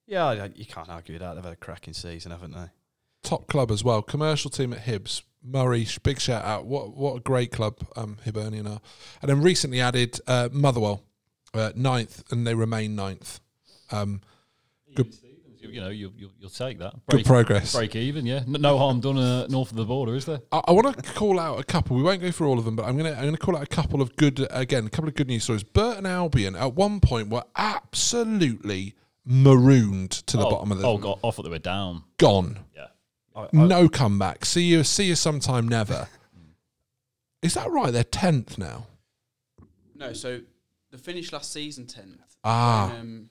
yeah, I, don't- you can't argue with that. They've had a cracking season, haven't they? top club as well. Commercial team at Hibbs. Murray, sh- big shout out. What what a great club um, Hibernian are. And then recently added uh, Motherwell, uh, ninth, and they remain ninth. Um, Good- You, you know, you, you, you'll take that. good Break, progress. break even, yeah. No, no harm done uh, north of the border, is there? I, I want to call out a couple. We won't go through all of them, but I'm gonna I'm gonna call out a couple of good again, a couple of good news stories. Burton Albion at one point were absolutely marooned to the oh, bottom of the Oh, God. I thought they were down. gone. Yeah. I, I, no comeback. See you. See you sometime. Never. Mm. Is that right? They're tenth now. no. So the finish last season tenth. Ah, Um,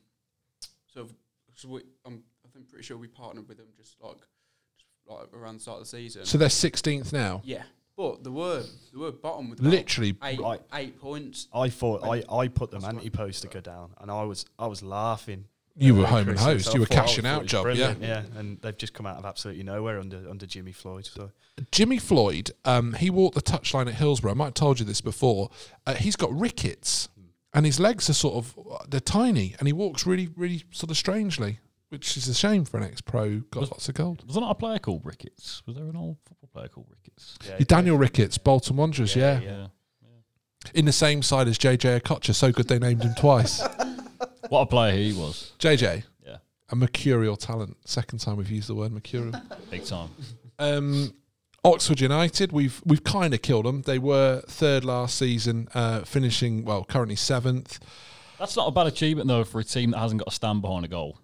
so, of- so we, I'm, I think pretty sure we partnered with them just like, just like around the start of the season. so they're sixteenth now. yeah, but the were the were bottom with about Literally, eight Right. eight points. I thought I, I put them That's right. anti-post to go down, and I was I was laughing. You were at home and Christmas. host. I You were thought- I cashing thought it out was job, brilliant, yeah, and they've just come out of absolutely nowhere under under Jimmy Floyd. So Jimmy Floyd. Um, he walked the touchline at Hillsborough. I might have told you this before. Uh, he's got rickets, and his legs are sort of they're tiny, and he walks really, really sort of strangely, which is a shame for an ex-pro. Got lots of gold. Was there not a player called Ricketts? Was there an old football player called Ricketts? yeah, Daniel Ricketts, Bolton Wanderers. Yeah, Yeah. in the same side as JJ Okocha. So good they named him twice. What a player he was. JJ. Yeah. a mercurial talent. Second time we've used the word mercurial. Big time. um, Oxford United, we've we've kind of killed them. They were third last season, uh, finishing well, currently seventh. That's not a bad achievement, though, for a team that hasn't got a stand behind a goal.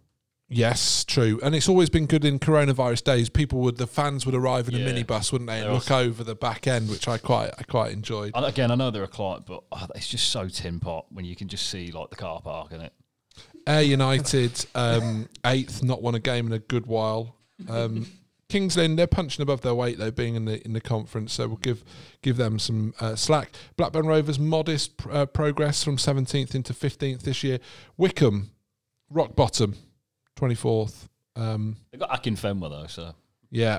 Yes, true, and it's always been good in coronavirus days. People would the fans would arrive in a Yeah. minibus, wouldn't they, and They're look over the back end, which I quite I quite enjoyed. And again, I know they're a client, but oh, it's just so tin pot when you can just see like the car park in it. Air United um, eighth, not won a game in a good while. Um, Kings Lynn, they're punching above their weight though, being in the in the conference, so we'll give give them some uh, slack. Blackburn Rovers modest pr- uh, progress from seventeenth into fifteenth this year. Wickham rock bottom, twenty fourth. Um, They've got Akin Fenwa though, so yeah,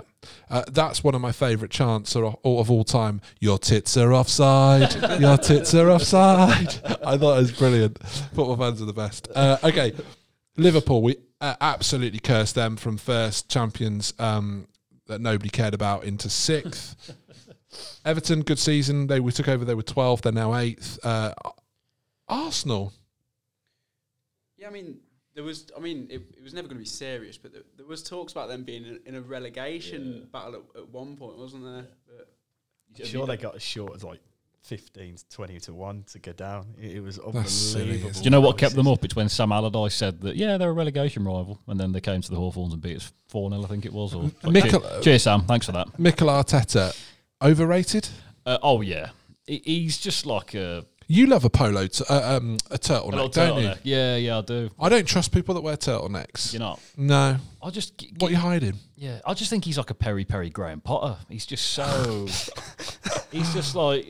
uh, that's one of my favourite chants of, of all time. Your tits are offside. Your tits are offside. I thought it was brilliant. Football fans are the best. Uh, okay, Liverpool. We uh, absolutely cursed them from first champions um, that nobody cared about into sixth. Everton, good season. They we took over. They were twelfth. They're now eighth. Uh, Arsenal. Yeah, I mean there was, I mean, it, it was never going to be serious, but there, there was talks about them being in, in a relegation Yeah. battle at, at one point, wasn't there? But I'm sure they got as short as like 15 to 20 to 1 to go down. It, it was unbelievable. That's silly, isn't Do it? you know what kept them up? It's when Sam Allardyce said that, yeah, they're a relegation rival. And then they came to the Hawthorns and beat us 4 0, I think it was. Or like, Nicola- cheers, cheers, Sam. Thanks for that. Mikel Arteta, overrated. Uh, oh, yeah. He- He's just like a, You love a polo, t- uh, um, a turtleneck, a little don't turtleneck. you? Yeah, yeah, I do. I don't trust people that wear turtlenecks. You know, No, I just g- what are you hiding? Yeah, I just think he's like a Perry Perry Graham Potter. He's just so. he's just like.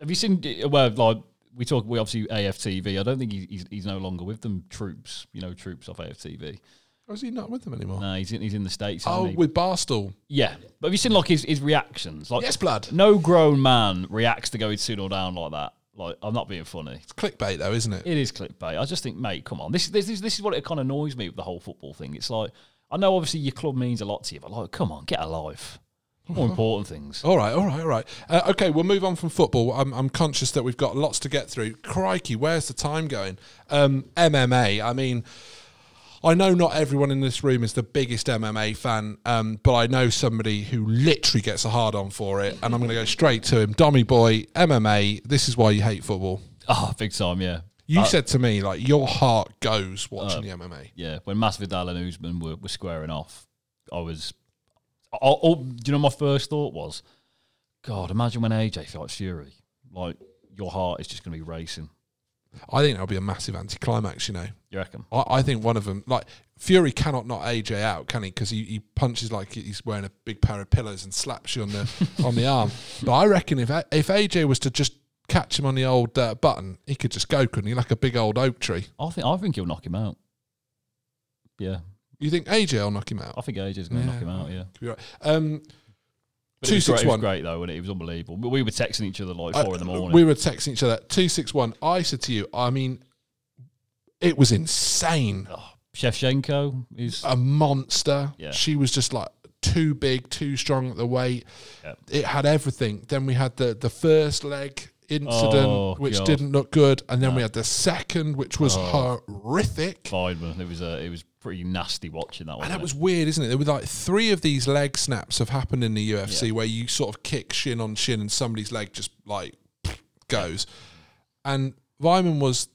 Have you seen? Well, like we talk, we obviously AFTV. I don't think he's he's, he's no longer with them. Troops, you know, troops off AFTV. Or is he not with them anymore? No, he's in, he's in the states. oh, isn't he? with Barstool. yeah. But have you seen like his, his reactions? Like, Yes, blood. no grown man reacts to going soon or down like that. Like, I'm not being funny. It's clickbait though, isn't it? It is clickbait. I just think, mate, come on. This is this is this is what it kind of annoys me with the whole football thing. It's like I know obviously your club means a lot to you, but like, come on, get a life. More important things. All right, all right, all right. Uh, okay, we'll move on from football. I'm, I'm conscious that we've got lots to get through. Crikey, where's the time going? Um, MMA. I mean, I know not everyone in this room is the biggest MMA fan, um, but I know somebody who literally gets a hard on for it, and I'm going to go straight to him. Dommy boy, MMA. This is why you hate football. Ah, big time, yeah. You said to me like your heart goes uh, watching the MMA. Yeah. When Masvidal and Usman were, were squaring off, I was I, I- oh, do you know what my first thought was? God, imagine when AJ fights Fury. Like your heart is just gonna be racing. I think that'll be a massive anticlimax. You know, You reckon? I, I think one of them, like Fury, cannot knock AJ out, can he? Because he, he punches like he's wearing a big pair of pillows and slaps you on the on the arm. But I reckon if A- if AJ was to just catch him on the old uh, button, he could just go, couldn't he? Like a big old oak tree. I think I think he'll knock him out. Yeah. You think AJ will knock him I out? think AJ's gonna knock Yeah. him out, yeah. Could be right. Um, But it was great- 261. It was great though, and it? It was unbelievable. We we were texting each other like four in the I- morning. Uh, We were texting each other two six one. I said to you, I mean, it was insane. Shevchenko is a monster. Yeah. She was just like too big, too strong at the weight. Yeah. It had everything. Then we had the the first leg incident, Oh, which God. Oh. didn't look good, and then we had the second, which was horrific. Weidman. It was uh, it was pretty nasty watching that one. And that wasn't was weird, isn't it? There were like three of these leg snaps have happened in the UFC where you sort of kick shin on shin and somebody's leg just like goes. And Vyman was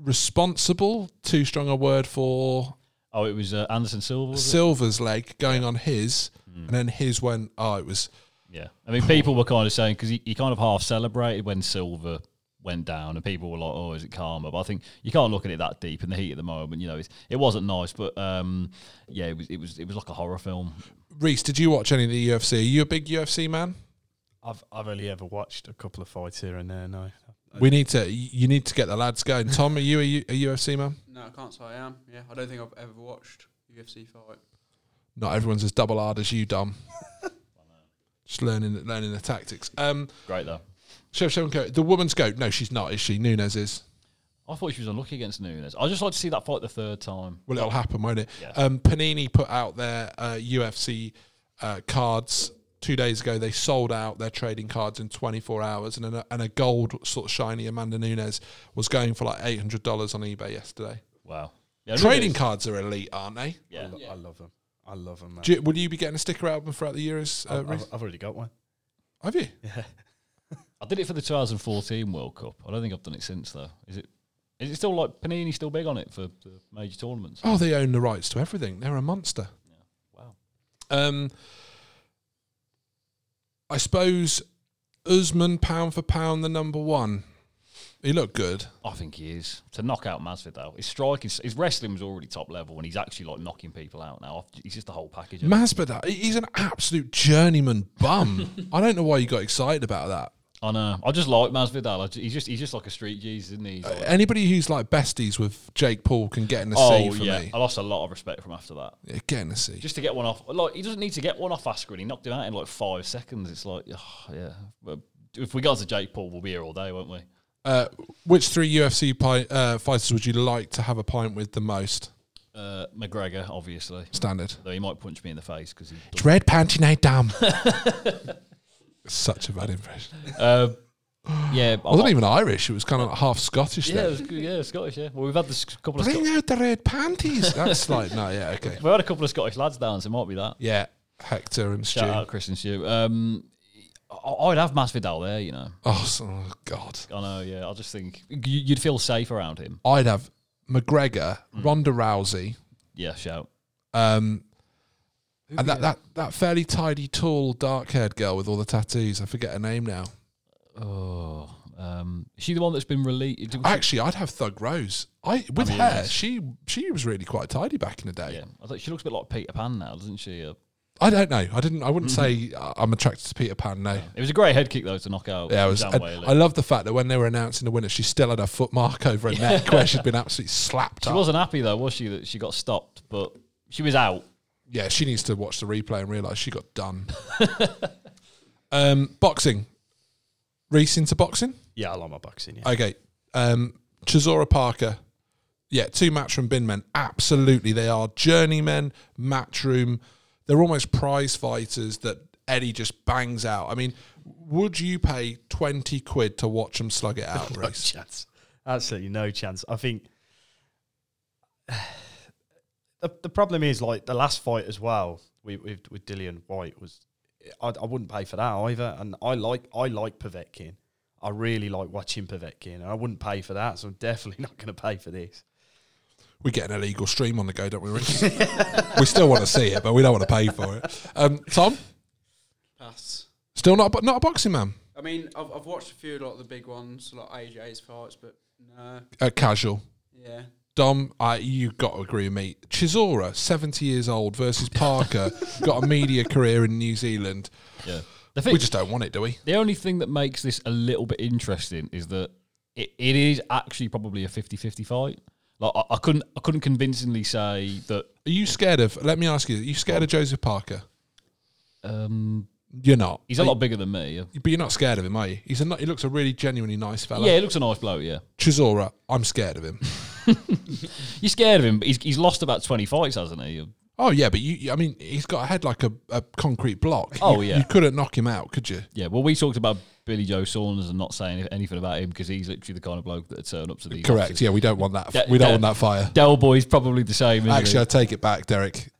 responsible, too strong a word for it? oh, it was uh, Anderson Silva. Was it? Mm. Silver's leg going on his, and then his went. Oh, it was. Yeah, I mean, people were kind of saying because he, he kind of half celebrated when Silva went down, and people were like, "Oh, is it karma?" But I think you can't look at it that deep in the heat at the moment. You know, it's, it wasn't nice, but um, yeah, it was it was it was like a horror film. Reese, did you watch any of the UFC? Are you a big UFC man? I've, I've only ever watched a couple of fights here and there. No. We need to. You need to get the lads going. Tom, are you a, U- a UFC man? no, I can't say I am. Yeah, I don't think I've ever watched a UFC fight. Not everyone's as double hard as you, Dom. Just learning, learning the tactics. Um, Great though. Shevchenko, the woman's goat. No, she's not, is she? Nunes is. I thought she was unlucky against Nunes. I just like to see that fight the third time. Well, it'll happen, won't it? Yeah. Um, Panini put out their uh, UFC uh, cards two days ago. They sold out their trading cards in 24 hours, and a, and a gold sort of shiny Amanda Nunes was going for like $800 on eBay yesterday. Wow, yeah, trading Nunes- cards are elite, aren't they? I, Yeah, lo- I love them. I love them, man. Do you, will you be getting a sticker album throughout the year? As, uh, I've, Reece? I've, I've already got one. have you? Yeah. I did it for the 2014 World Cup. I don't think I've done it since though. Is it? Is it still like Panini still big on it for the major tournaments? Oh, they own the rights to everything. They're a monster. Wow. Um, I suppose Usman, pound for pound, the number one. He looked good. I think he is to knock out Masvidal. His striking, his wrestling was already top level, and he's actually like knocking people out now. He's just the whole package. of it. Masvidal, he- he's an absolute journeyman bum. I don't know why you got excited about that. I know. I just like Masvidal. I ju- he's just he's just like a street geezer, isn't he? He's like- Anybody who's like besties with Jake Paul can get in a C oh for yeah, me. I lost a lot of respect from after that. Yeah, Get in a C. Just to get one off, like he doesn't need to get one off Askren. He knocked him out in like five seconds. It's like, oh, yeah. But if we got to Jake Paul, we'll be here all day, won't we? Uh, which three UFC pi- uh, fighters would you like to have a pint with the most? Uh, McGregor, obviously. Standard. Though he might punch me in the face because he. Red panty night, damn. Such a bad impression. Uh, Yeah, I wasn't even Irish. It was kind of like half Scottish. Yeah, it there. was good. Yeah, Scottish. Yeah. Well, we've had this couple of Sco- Bring out the red panties. That's like no, yeah, okay, we've had a couple of Scottish lads down, so it might be that. yeah. Hector and Stu. Shout out Chris and Stu. Um, I- I'd have Masvidal there. You know, Oh, so- oh, God, I know. Yeah, I just think you- you'd feel safe around him. I'd have McGregor, Mm. Ronda Rousey, Yeah, shout. um, and that, that that fairly tidy, tall, dark-haired girl with all the tattoos. I forget her name now. Oh, um, is she the one that's been released? Actually, I'd have Thug Rose. I with I mean, her, yes. she she was really quite tidy back in the day. yeah, I thought she looks a bit like Peter Pan now, doesn't she? Uh, I don't know. I didn't. I wouldn't Mm-hmm. say I- I'm attracted to Peter Pan. No. it was a great head kick though to knock out. Yeah, I was. Zhang and Weili. I love the fact that when they were announcing the winner, she still had her foot mark over her neck where she'd been absolutely slapped she up. wasn't happy though, was she? That she got stopped, but she was out. Yeah, she needs to watch the replay and realize she got done. um, boxing. Reese into boxing. Yeah, I like my boxing. Yeah. Okay. Um, Chisora Parker. Yeah, two matchroom bin men. Absolutely. They are journeymen, matchroom. They're almost prize fighters that Eddie just bangs out. I mean, would you pay 20 quid to watch them slug it out, no Reese? chance. Absolutely no chance. I think the, the problem is like the last fight as well with with, with Dillian White was I, I wouldn't pay for that either. And I like I like Povetkin. I really like watching Povetkin, and I wouldn't pay for that. So I'm definitely not going to pay for this. We get an illegal stream on the go, don't we, Reese? we still want to see it, but we don't want to pay for it. Um, Tom, Pass. still not a, bo- not a boxing man. I mean, I've, I've watched a few like the big ones, like AJ's fights, but no, Uh, casual. yeah. Dom, I, you got to agree with me. Chisora, 70 years old, versus Parker, got a media career in New Zealand. Yeah, We the thing, just don't want it, do we? the only thing that makes this a little bit interesting is that it, it is actually probably a 50-50 fight. Like I, I couldn't, I couldn't convincingly say that. Are you scared of, let me ask you, are you scared of Joseph Parker? Um, You're not. he's a lot bigger than me. But you're not scared of him, are you? He's a, ni- he looks a really genuinely nice fella. Yeah, he looks a nice bloke. Yeah, Chisora, I'm scared of him. you're scared of him, but he's, he's lost about twenty fights, hasn't he? oh, yeah, but you, you- I mean, he's got a head like a, a concrete block. Oh, You- yeah. You couldn't knock him out, could you? Yeah. Well, we talked about Billy Joe Saunders and not saying anything about him because he's literally the kind of bloke that would turn up to these. Correct. Yeah, we don't want that. Yeah, we don't yeah. want that fire. Del Boy's probably the same. Isn't Actually, I he? take it back, Derek.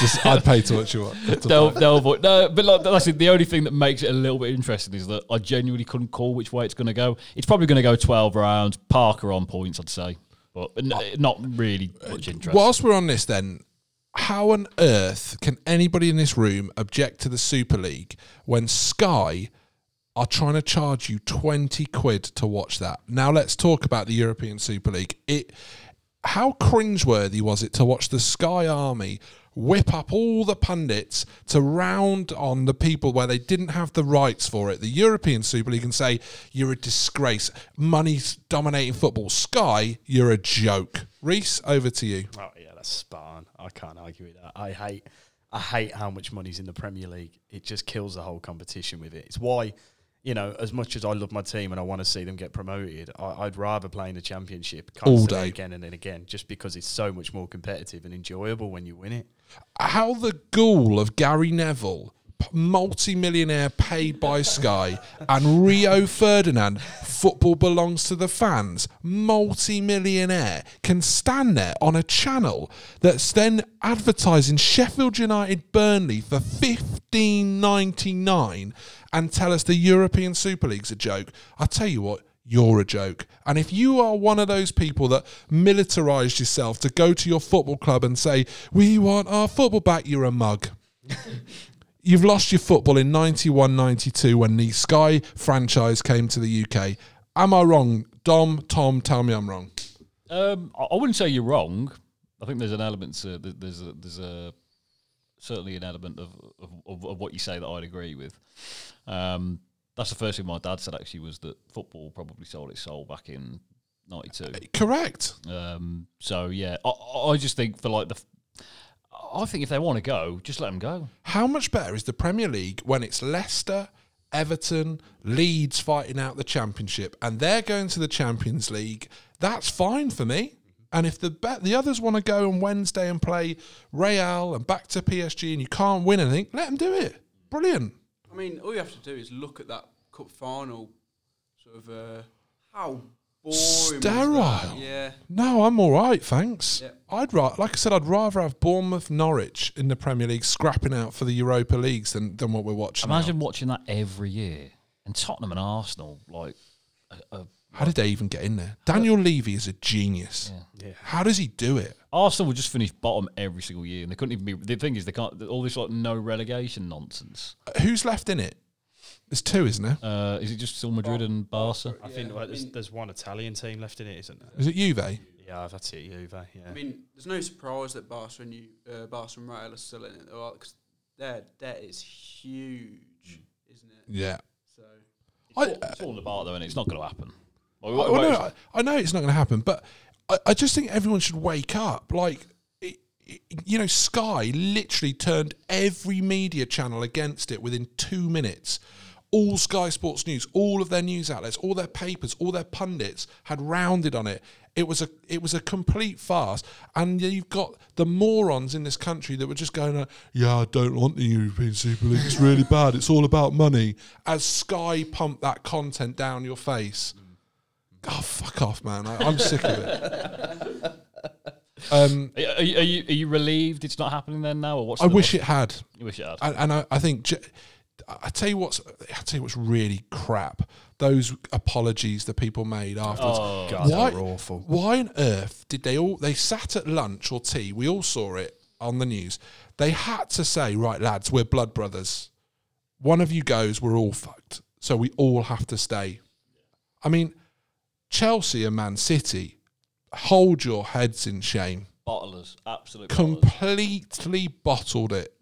Just, I'd pay to watch you. to Del, Del Boy. No, but like, that's it. the only thing that makes it a little bit interesting is that I genuinely couldn't call which way it's going to go. It's probably going to go twelve rounds. Parker on points, I'd say, but n- not really much interest. Whilst we're on this, then, how on earth can anybody in this room object to the Super League when Sky are trying to charge you 20 quid to watch that? Now, let's talk about the European Super League. It How cringeworthy was it to watch the Sky Army? Whip up all the pundits to round on the people where they didn't have the rights for it. The European Super League and say, You're a disgrace. Money's dominating football. Sky, you're a joke. Reese, over to you. Oh yeah, that's Sparn. I can't argue with that. I hate I hate how much money's in the Premier League. It just kills the whole competition with it. It's why, you know, as much as I love my team and I want to see them get promoted, I, I'd rather play in the championship constantly day. again and then again, just because it's so much more competitive and enjoyable when you win it. how the ghoul of Gary Neville, p- multi-millionaire paid by Sky, and Rio Ferdinand, football belongs to the fans, multi-millionaire, can stand there on a channel that's then advertising Sheffield United Burnley for fifteen ninety nine, and tell us the European Super League's a joke. I tell you what. You're a joke. And if you are one of those people that militarized yourself to go to your football club and say, We want our football back, you're a mug. You've lost your football in 91 92 when the Sky franchise came to the UK. Am I wrong? Dom, Tom, tell me I'm wrong. Um, I I wouldn't say you're wrong. I think there's an element to th- there's a, there's a certainly an element of, of, of, of what you say that I'd agree with. Um, that's the first thing my dad said actually was that football probably sold its soul back in '92. Correct. Um, so yeah, I- I, I just think for like the, f- I think if they want to go, just let them go. How much better is the Premier League when it's Leicester, Everton, Leeds fighting out the Championship and they're going to the Champions League? That's fine for me. And if the be- the others want to go on Wednesday and play Real and back to PSG and you can't win anything, let them do it. Brilliant. I mean, all you have to do is look at that cup final sort of uh, how boring. was that? Sterile. Yeah. No, I'm all right, thanks. Yeah. I'd ra- like I said, I'd rather have Bournemouth, Norwich in the Premier League scrapping out for the Europa leagues than, than what we're watching. now. Imagine watching that every year. And Tottenham and Arsenal, like, uh, How did they even get in there? Daniel Levy is a genius. Yeah. How does he do it? Arsenal would just finish bottom every single year, and they couldn't even be. The thing is, they can't. All this like no relegation nonsense. Who's left in it? There's two, isn't there? Uh, is it just still Madrid and Barca? I think like, there's, there's one Italian team left in it, isn't there? Is it Juve? Yeah, that's it, Juve. Yeah. I mean, there's no surprise that Barca and you, uh, Barca and Real are still in it, because their debt is Mm. huge, isn't it? Yeah. So I, It's falling apart though, and it's not going to happen. Well, I, well, Oh, no, I, I know it's not going to happen, but I, I just think everyone should wake up. Like, it, it- you know, Sky literally turned every media channel against it within two minutes. All Sky Sports News, all of their news outlets, all their papers, all their pundits had rounded on it. It was a it was a complete farce, and you've got the morons in this country that were just going, uh, "Yeah, I don't want the European Super League. It's really bad. It's all about money." As Sky pumped that content down your face, Oh fuck off, man! I, I'm sick of it. Um, Are, are you, are, you, are you relieved it's not happening then now, or what's? I the- wish it had, You wish it had. and, and I, I think j- I tell you what's I tell you what's really crap. Those apologies that people made afterwards. God, why, they were awful. Why on earth did they all? They sat at lunch or tea. We all saw it on the news. They had to say, "Right, lads, we're blood brothers. One of you goes, we're all fucked. So we all have to stay." I mean, Chelsea and Man City, hold your heads in shame bottlers, absolute bottlers. completely bottled it.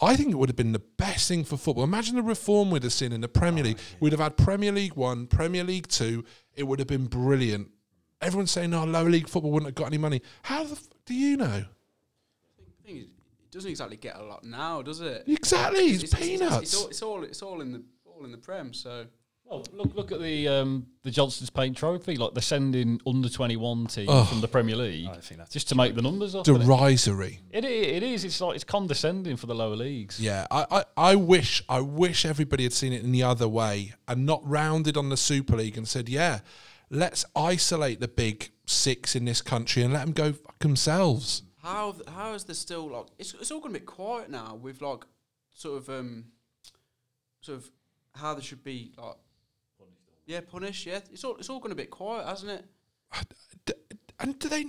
I think it would have been the best thing for football. Imagine the reform we'd have seen in the Premier League. We'd have had Premier League One, Premier League Two. It would have been brilliant. Everyone's saying, "Oh, lower league football wouldn't have got any money." How the f- do you know? the thing is, it doesn't exactly get a lot now, does it? Exactly, it's, It's, peanuts. all, it's all it's all in the all in the prem. So Well, look look at the um, the Johnson's Paint Trophy. Like they're sending under twenty one team from the Premier League I think that's just to make the numbers up. isn't Derisory. It, it, it is. It's like it's condescending for the lower leagues. Yeah, I, I, I wish I wish everybody had seen it in the other way and not rounded on the Super League and said, yeah, let's isolate the big six in this country and let them go fuck themselves. how th- how is there still like it's it's all gonna be quiet now with like sort of um sort of how they should be like yeah punished yeah it's all it's all gonna be quiet hasn't it D- and do they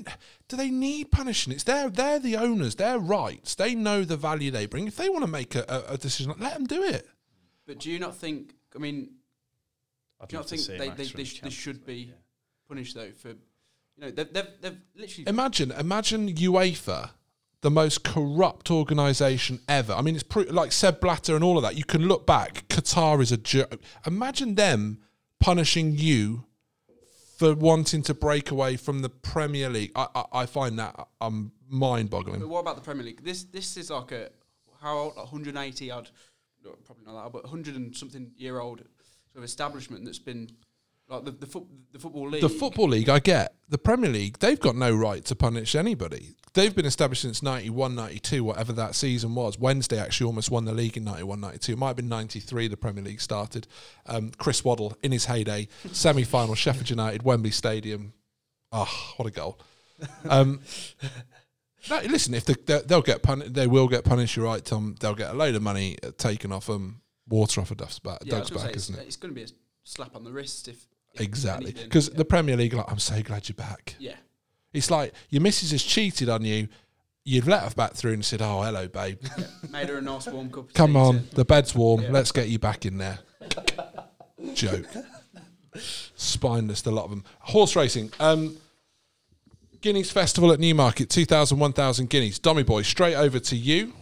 do they need punishing? It's their they're the owners, their rights. They know the value they bring. If they want to make a, a, a decision, let them do it. but do you not think I mean I'd do you love not to think see they Max they, from they, sh- they Champions should be punished though for you know they've they've, they've literally Imagine imagine UEFA, the most corrupt organisation ever. I mean, it's pro- like Seb Blatter and all of that. You can look back. Qatar is a joke. Imagine them punishing you for wanting to break away from the Premier League. I I, I find that um, But mind-boggling. what about the Premier League? This this is like a how old? Like 180 odd, no, probably not that, old, but 100 and something year old sort of establishment that's been like the the, foot, the football league. The Football League, I get. The Premier League, they've got no right to punish anybody. They've been established since 91, 92, whatever that season was. Wednesday actually almost won the league in 91, 92. It might have been 93 the Premier League started. Um, Chris Waddle in his heyday, semi final, Sheffield United, Wembley Stadium. Ah, what a goal. Um, no, listen, if the, they- they'll get pun- they will get punished, you're right, Tom. They'll get a load of money uh, taken off them, water off a Duff's back, I was Doug's gonna say, back, isn't it? it's, going to be a slap on the wrist if, if Exactly, anything. because the Premier League, are like, I'm so glad you're back. yeah, It's like your missus has cheated on you. You've let her back through and said, "Oh, hello, babe. made her a nice warm cup. Of Come tea on, to- the bed's warm. Let's get you back in there." Joke. Spineless, the lot of them. Horse racing. Um, Guineas Festival at Newmarket, 2,000, 1,000 guineas. Dummy boy, straight over to you.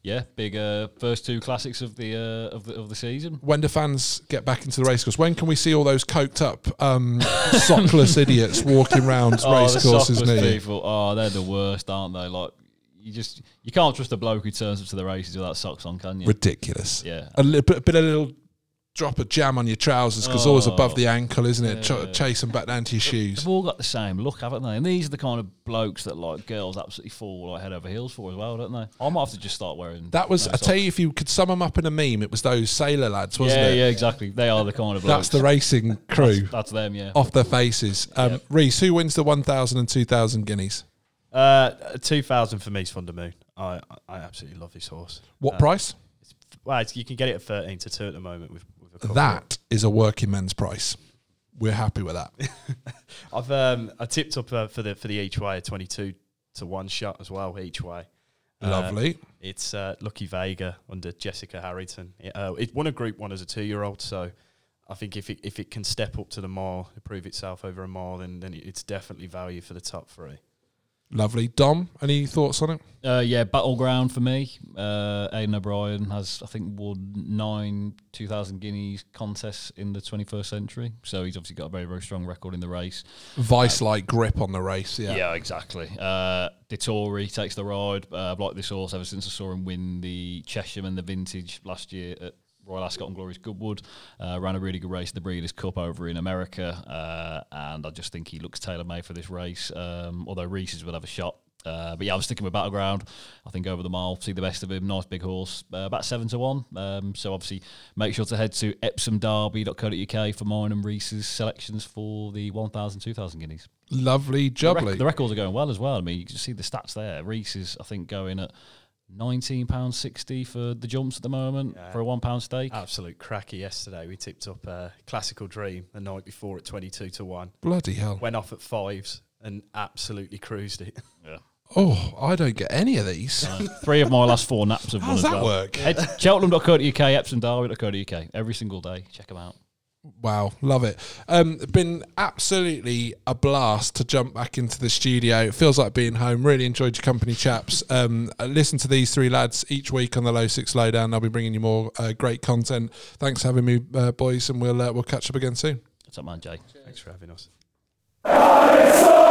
Yeah, big uh, first two classics of the uh, of the of the season. When do fans get back into the race course? When can we see all those coked up, um, sockless idiots walking round race Oh, the courses sockless near you? people. Oh, they're the worst, aren't they? Like you just you can't trust a bloke who turns up to the races without socks on, can you? ridiculous. Yeah. a little bit, bit of little drop a jam on your trousers because always Oh. above the ankle, isn't it? Yeah. Ch- chase them back down to your shoes. They've all got the same look, haven't they? And these are the kind of blokes that like girls absolutely fall like head over heels for as well, don't they? I might have to just start wearing. That was, no I socks. tell you, if you could sum them up in a meme, it was those sailor lads, wasn't yeah, it? yeah, exactly. They are the kind of That's blokes. the Oh. racing crew That's them, yeah. off their faces. Um, Reese, who wins the 1,000 and 2,000 guineas? Uh, two thousand for me is Thunder Moon. I I absolutely love this horse. What Uh, price? It's, well, it's, you can get it at thirteen to two at the moment with, with a couple. That is a working men's price. We're happy with that. I've um I tipped up uh, for the for the each way twenty two to one shot as well each way. Uh, Lovely. It's uh, Lucky Vega under Jessica Harrington. It, uh, it won a Group One as a two-year-old, so I think if it if it can step up to the mile, prove itself over a mile, then then it's definitely value for the top three. Lovely. Dom, any thoughts on it? Uh, yeah, battleground for me. Uh, Aidan O'Brien has, I think, won nine 2,000 guineas contests in the 21st century. So he's obviously got a very, very strong record in the race. Vice like grip on the race. Yeah. exactly. Uh, Dettori takes the ride. Uh, I've liked this horse ever since I saw him win the Chesham and the Vintage last year at Royal Ascot and Glorious Goodwood. Uh, ran a really good race, at the Breeders' Cup over in America, uh, and I just think he looks tailor made for this race. Um, although Reese's will have a shot. Uh, but yeah, I was sticking with Battleground. I think over the mile, see the best of him. Nice big horse, uh, about seven to one. Um, so obviously, make sure to head to epsomderby.co.uk for mine and Reese's selections for the 1,000, 2,000 guineas. Lovely The rec- jubbly. The records are going well as well. I mean, you can see the stats there. Reese is, I think, going at nineteen pound sixty for the jumps at the moment Yeah. for a one pound stake. Absolute cracker yesterday. We tipped up uh, Classical Dream the night before at twenty-two to one. Bloody hell. Went off at fives and absolutely cruised it. Oh, I don't get any of these. Three of my last four naps have won How's as that well. work? Head to cheltenham.co.uk, epsomderby.co.uk every single day. Check them out. Wow, love it. Um, been absolutely a blast to jump back into the studio. It feels like being home. Really enjoyed your company, chaps. Um, uh, listen to these three lads each week on the Low Six Lowdown. They'll be bringing you more uh, great content. Thanks for having me, uh, boys, and we'll uh, we'll catch up again soon. What's up, man, Jay? Thanks for having us. It's a